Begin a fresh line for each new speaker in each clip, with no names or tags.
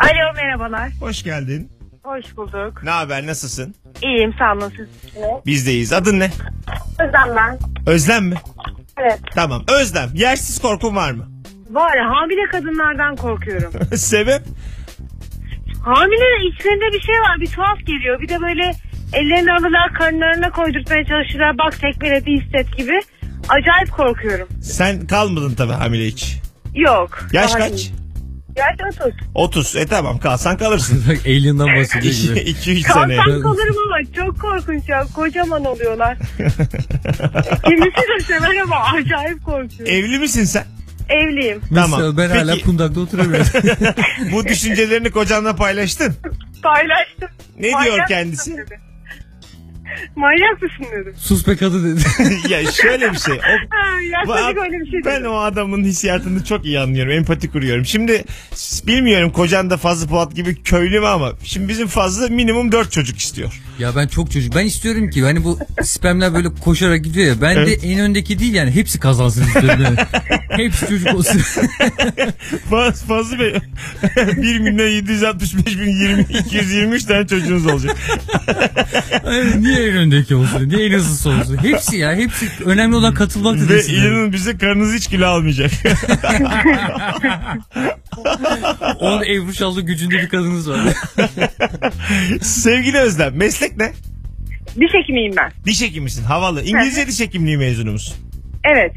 Alo merhabalar.
Hoş geldin.
Hoş bulduk.
Ne haber? Nasılsın?
İyiyim sağ olun siz.
Bizdeyiz. Adın ne?
Özlem ben.
Özlem mi?
Evet.
Tamam. Özlem. Yersiz korkun var mı?
Var ya, hamile kadınlardan korkuyorum.
Sebep?
Hamile içlerinde bir şey var bir tuhaf geliyor. Bir de böyle ellerini alırlar karnlarına koydurtmaya çalışırlar. Bak tekmeledi hisset gibi. Acayip korkuyorum.
Sen kalmadın tabii hamile hiç.
Yok.
Yaş
Daha
kaç?
iyi. Yaş 30.
30. E tamam kalsan kalırsın.
Bak Alien'dan bahsediyor gibi.
2-3 sene.
Kalsam kalırım ama çok korkunç ya. Kocaman oluyorlar. Kimisi de sever ama acayip korkuyorum.
Evli misin sen?
Evliyim.
Tamam.
Mesela ben hala
Peki.
kundakta oturamıyorum.
Bu düşüncelerini kocanla paylaştın.
Paylaştım.
Ne
Manyak
diyor
mısın
kendisi?
dedi. Manyak mısın dedi.
Sus be kadın dedi.
ya şöyle bir şey. O,
Ha, yaklaşık
bu-
öyle bir şey dedi.
ben o adamın hissiyatını çok iyi anlıyorum. Empati kuruyorum. Şimdi s- bilmiyorum kocan da Fazlı Polat gibi köylü mü ama şimdi bizim Fazlı minimum 4 çocuk istiyor.
Ya ben çok çocuk. Ben istiyorum ki hani bu spamler böyle koşarak gidiyor ya. Ben
Evet.
de en öndeki değil yani hepsi kazansın istiyorum. yani. hepsi çocuk olsun.
Faz, fazla Bey bir günde 765 bin 20, 223 tane çocuğunuz olacak.
Ay, Niye en öndeki olsun? Niye en hızlısı olsun? Hepsi ya. Hepsi önemli olan katılmak da
Ve
değil.
inanın bize karınız hiç kilo almayacak.
Onun Ebru Şallı gücünde bir kadınız var.
Sevgili Özlem meslek ne?
Diş hekimiyim ben.
Diş hekimisin havalı. İngilizce diş hekimliği mezunu musun?
Evet.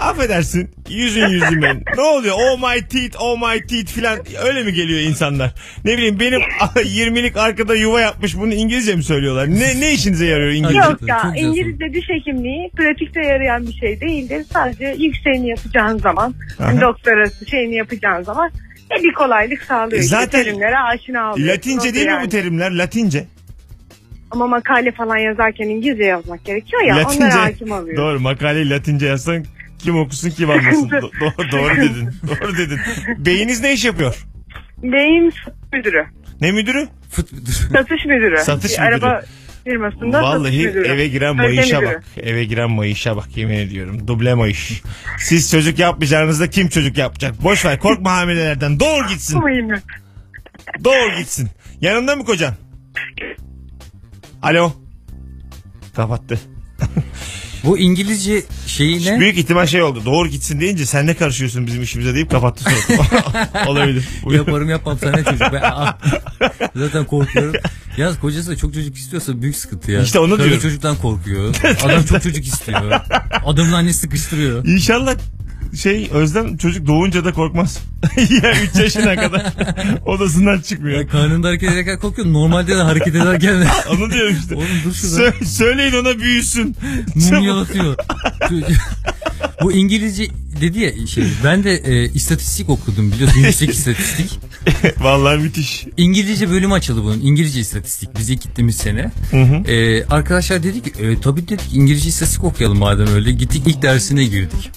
Affedersin yüzün yüzüme. ne oluyor? Oh my teeth, oh my teeth filan öyle mi geliyor insanlar? Ne bileyim benim 20'lik arkada yuva yapmış bunu İngilizce mi söylüyorlar? Ne ne işinize yarıyor İngilizce?
Çok
Yok
güzel,
ya
çok güzel
İngilizce diş hekimliği pratikte yarayan bir şey değildir. Sadece yükseğini yapacağın zaman,
Aha.
doktorası şeyini yapacağın zaman e, bir kolaylık sağlıyor. İşte
E, Zaten
terimlere aşina oluyorsun.
Latince
O
değil
da
mi
yani.
bu terimler? Latince.
Ama makale falan yazarken İngilizce yazmak gerekiyor ya.
Latince.
Onlara hakim oluyor.
Doğru makaleyi Latince yazsan kim okusun kim anlasın. Do- do- doğru dedin. Doğru dedin. Beyiniz ne iş yapıyor?
Beyim satış müdürü.
Ne müdürü?
Fıt,
Satış müdürü.
Satış
Bir
müdürü.
Araba firmasında satış
Vallahi
müdürü.
eve giren
Özel
mayışa
müdürü.
bak. Eve giren mayışa bak yemin ediyorum. Duble mayış. Siz çocuk yapmayacağınızda kim çocuk yapacak? Boş ver korkma hamilelerden. Doğur gitsin.
Yapmayayım mı?
Doğur gitsin. Yanında mı kocan? Alo. Kapattı.
Bu İngilizce şeyi ne?
Büyük ihtimal şey oldu. Doğur gitsin deyince sen ne karışıyorsun bizim işimize deyip kapattı sonra. Olabilir. Buyurun.
Yaparım yapmam sana ne çocuk. Ben, ah, zaten korkuyorum. Yalnız kocası da çok çocuk istiyorsa büyük sıkıntı ya.
İşte onu
Karı
diyorum.
çocuktan korkuyor. Adam çok çocuk istiyor. Adamın annesi sıkıştırıyor.
İnşallah şey Özlem çocuk doğunca da korkmaz. ya 3 yaşına kadar odasından çıkmıyor.
Ya karnında hareket ederken korkuyor. Normalde de hareket ederken de.
Onu diyorum işte.
Oğlum dur şurada.
Sö- söyleyin ona büyüsün.
Mum yalatıyor. Çocuk- Bu İngilizce dedi ya şey. Ben de e, istatistik okudum biliyorsun. Yüksek istatistik.
Vallahi müthiş.
İngilizce bölümü açıldı bunun. İngilizce istatistik bize gittiğimiz sene. Ee, arkadaşlar dedi ki e, tabii dedik İngilizce istatistik okuyalım madem öyle. Gittik ilk dersine girdik.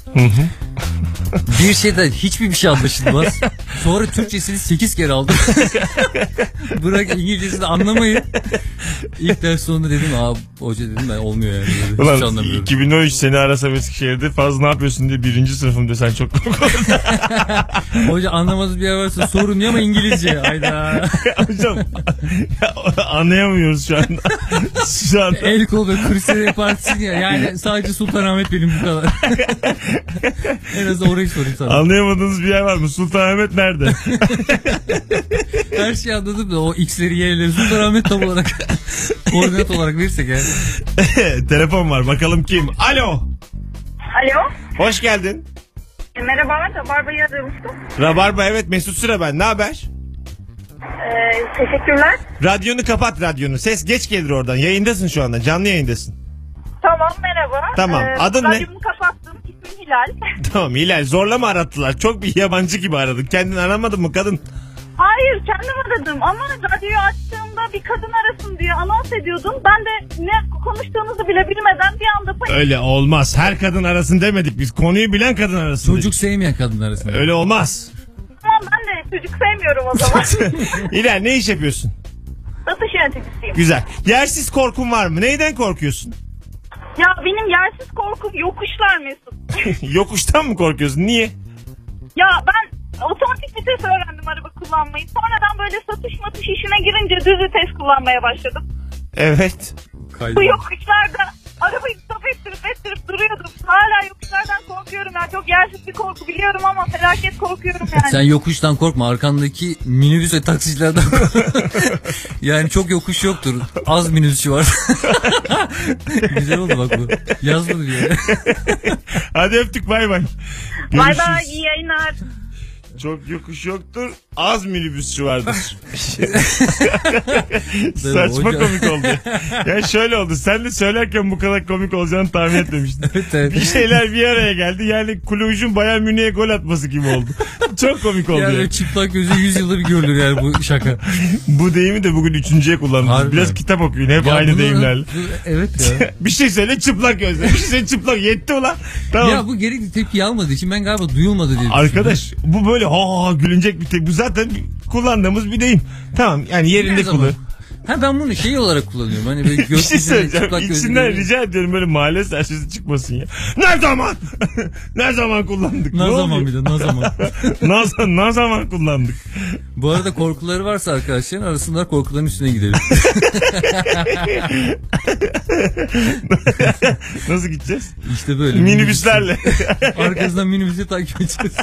bir şeyden hiçbir bir şey anlaşılmaz. Sonra Türkçesini 8 kere aldım. Bırak İngilizcesini anlamayın. İlk ders sonunda dedim aa hoca dedim ben olmuyor yani. Dedi. Hiç
Ulan
anlamıyorum.
2013 seni arasam Eskişehir'de fazla ne yapıyorsun diye birinci sınıfım desen çok
Hoca anlamadığınız bir yer varsa sorun ya ama İngilizce. Hayda.
hocam ya, anlayamıyoruz şu anda. şu anda.
El kol ve kursiyeri partisi ya. Yani sadece Sultanahmet benim bu kadar. en az orayı sorayım sana.
Anlayamadığınız bir yer var mı? Sultanahmet nerede?
Her şeyi anladım da o X'leri Y'leri Sultanahmet tam olarak koordinat olarak verirsek yani.
Telefon var bakalım kim? Alo.
Alo.
Hoş geldin.
Merhabalar da Barba'yı aramıştım.
Rabarba evet Mesut Süre ben. Ne haber?
Ee, teşekkürler.
Radyonu kapat radyonu. Ses geç gelir oradan. Yayındasın şu anda. Canlı yayındasın.
Tamam merhaba. e,
Tamam, adın ne?
radyomu kapattım. İsmim Hilal.
Tamam Hilal zorla mı arattılar? Çok bir yabancı gibi aradın. Kendini aramadın mı kadın?
Hayır kendim aradım ama radyoyu açtığımda bir kadın arasın diye anons ediyordum. Ben de ne konuştuğunuzu bile bilmeden bir anda panik.
Öyle olmaz. Her kadın arasın demedik biz. Konuyu bilen kadın arasın
Çocuk
dedik.
sevmeyen kadın arasında.
Öyle olmaz.
Tamam ben de çocuk sevmiyorum o zaman.
Hilal ne iş yapıyorsun?
Satış yöneticisiyim.
Güzel. Yersiz korkun var mı? Neyden korkuyorsun?
Ya benim yersiz korkum yokuşlar Mesut.
Yokuştan mı korkuyorsun? Niye?
Ya ben otomatik vites öğrendim araba kullanmayı. Sonradan böyle satış matış işine girince düz vites kullanmaya başladım.
Evet.
Kaydı.
Bu yokuşlarda arabayı stop ettirip ettirip duruyordum. Hala yokuşlardan korkuyorum ya. Çok yersiz bir korku biliyorum ama felaket korkuyorum yani.
Sen yokuştan korkma arkandaki minibüs ve taksicilerden Yani çok yokuş yoktur. Az minibüsçü var. Güzel oldu bak bu. Yaz bunu bir yere.
Hadi öptük bay bay.
Bay
Görüşürüz.
bay iyi yayınlar.
Çok yokuş yoktur. Az minibüsçü vardır.
Tabii,
Saçma
hocam.
komik oldu. Ya şöyle oldu. Sen de söylerken bu kadar komik olacağını tahmin etmemiştin.
Evet, evet.
Bir şey şeyler bir araya geldi. Yani Kulübüş'ün Bayern Münih'e gol atması gibi oldu. Çok komik oldu.
Yani
yani.
böyle çıplak gözü 100 yılda bir görülür yani bu şaka.
Bu deyimi de bugün üçüncüye kullandım.
Harbi.
Biraz kitap okuyun. Hep
Ya
aynı
bunu-
deyimlerle.
Evet ya.
Bir şey söyle çıplak gözle. Bir şey söyle çıplak. Yetti ulan. Tamam.
ya bu gerekli tepki almadığı için ben galiba duyulmadı diye düşündüm.
Arkadaş bu böyle ha ha gülünecek bir te- Bu zaten kullandığımız bir deyim. Tamam yani
Ne
yerinde
zaman?
kullan.
Ha ben bunu şey olarak kullanıyorum. Hani böyle
Bir şey
gökyüzünde
söyleyeceğim.
çıplak gözü.
İçinden rica ediyorum böyle mahalle serçesi çıkmasın ya. Ne zaman? ne zaman kullandık?
Ne zaman bir
oluyor?
de ne zaman.
ne, zaman- ne zaman kullandık?
Bu arada korkuları varsa arkadaşların arasında korkuların üstüne gidelim.
Nasıl gideceğiz?
İşte böyle.
Minibüslerle.
şey. Arkasından minibüsü takip edeceğiz.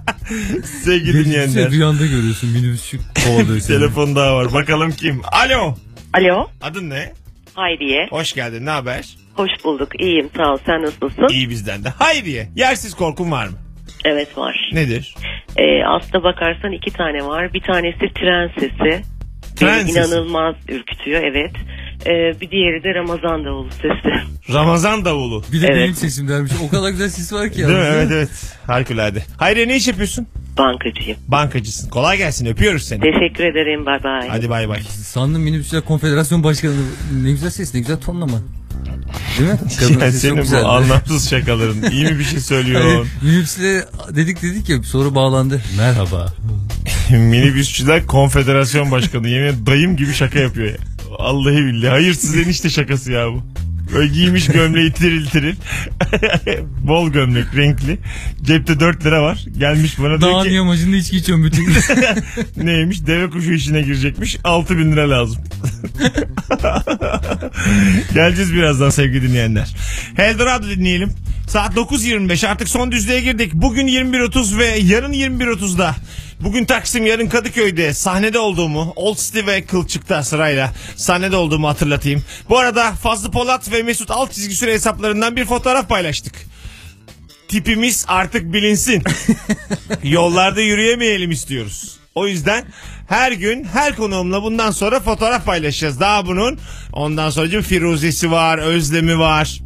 Sevgili
Minibüsü
dinleyenler.
rüyanda görüyorsun minibüsçü kovalıyor seni.
Telefon daha var. Bakalım kim? Alo.
Alo
Adın ne?
Hayriye.
Hoş geldin. Ne haber?
Hoş bulduk. İyiyim sağ ol. Sen nasılsın?
İyi bizden de. Hayriye. Yersiz korkun var mı?
Evet var.
Nedir?
Ee, aslına bakarsan iki tane var. Bir tanesi tren sesi.
Tren
Beni
sesi.
inanılmaz ürkütüyor evet. Ee, bir diğeri de Ramazan davulu sesi.
Ramazan davulu.
Bir de
Evet.
benim sesim dermiş. O kadar güzel ses var ki.
Değil mi?
yalnız.
Evet evet. Harikulade. Hayriye ne iş yapıyorsun?
Bankacıyım.
Bankacısın. Kolay gelsin. Öpüyoruz seni.
Teşekkür ederim. Bay bay.
Hadi bay bay.
Sandım minibüsçüler konfederasyon başkanı. Ne güzel ses ne güzel tonlama. Değil mi?
Ya
Kadın sesi çok
senin bu
güzeldi.
anlamsız şakaların iyi mi bir şey söylüyorsun?
Minibüsle Hani dedik dedik ya soru bağlandı. Merhaba.
Minibüsçüler konfederasyon başkanı yine dayım gibi şaka yapıyor ya. Vallahi billahi hayırsız enişte şakası ya bu. Böyle giymiş gömleği tiril tiril. Bol gömlek renkli. Cepte 4 lira var. Gelmiş bana diyor
Dağın
ki
yamacında içki içiyorum bütün gün.
neymiş deve kuşu işine girecekmiş. 6 bin lira lazım. Geleceğiz birazdan sevgili dinleyenler. Eldorado dinleyelim. Saat 9.25 artık son düzlüğe girdik. Bugün 21.30 ve yarın 21.30'da. Bugün Taksim yarın Kadıköy'de sahnede olduğumu Old City ve Kılçık'ta sırayla sahnede olduğumu hatırlatayım. Bu arada Fazlı Polat ve Mesut alt çizgi süre hesaplarından bir fotoğraf paylaştık. Tipimiz artık bilinsin. Yollarda yürüyemeyelim istiyoruz. O yüzden her gün her konuğumla bundan sonra fotoğraf paylaşacağız. Daha bunun ondan sonra Firuze'si var, Özlem'i var.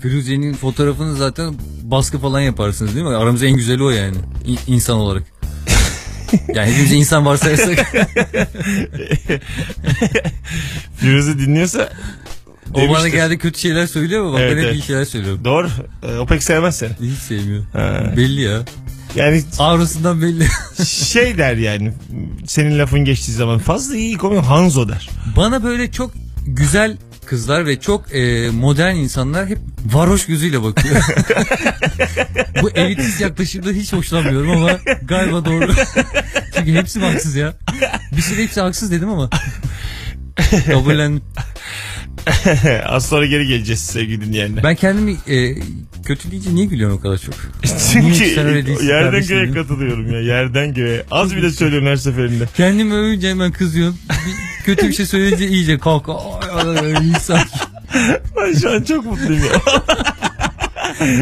Firuze'nin fotoğrafını zaten baskı falan yaparsınız değil mi? Aramızda en güzeli o yani. İ- insan olarak. yani hepimiz insan varsayarsak
Firuze dinliyorsa
o bana
Demiştir.
geldi kötü şeyler söylüyor ama bak
Evet,
ben hep
evet.
iyi şeyler söylüyorum.
doğru. Ee, O pek sevmez seni.
Hiç sevmiyor. Belli ya.
Yani
Avrasından belli.
şey der yani senin lafın geçtiği zaman fazla iyi komik Hanzo der.
bana böyle çok güzel kızlar ve çok e, modern insanlar hep varoş gözüyle bakıyor. Bu elitist yaklaşımda hiç hoşlanmıyorum ama galiba doğru. Çünkü hepsi mi haksız ya. Bir süre hepsi haksız dedim ama. Kabullen.
Az sonra geri geleceğiz sevgili dinleyenler.
Ben kendimi e, kötüleyince niye gülüyorum o kadar çok?
Çünkü
Niye sen öyle değilsin
yerden
kardeşim
göğe
ya?
katılıyorum ya. Yerden göğe. Az bile söylüyorum her seferinde.
Kendimi övünce hemen kızıyorum. Bir, kötü bir şey söyleyince iyice kalk. Ay, ay, ay, insan.
Ben şu an çok mutluyum ya.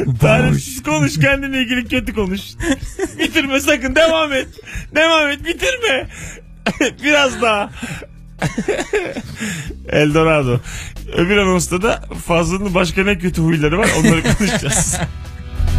Varoş.
Tarifsiz konuş kendinle ilgili kötü konuş. bitirme sakın devam et. Devam et bitirme. Biraz daha. Eldorado. Öbür anonsta da Fazlı'nın başka ne kötü huyları var onları konuşacağız.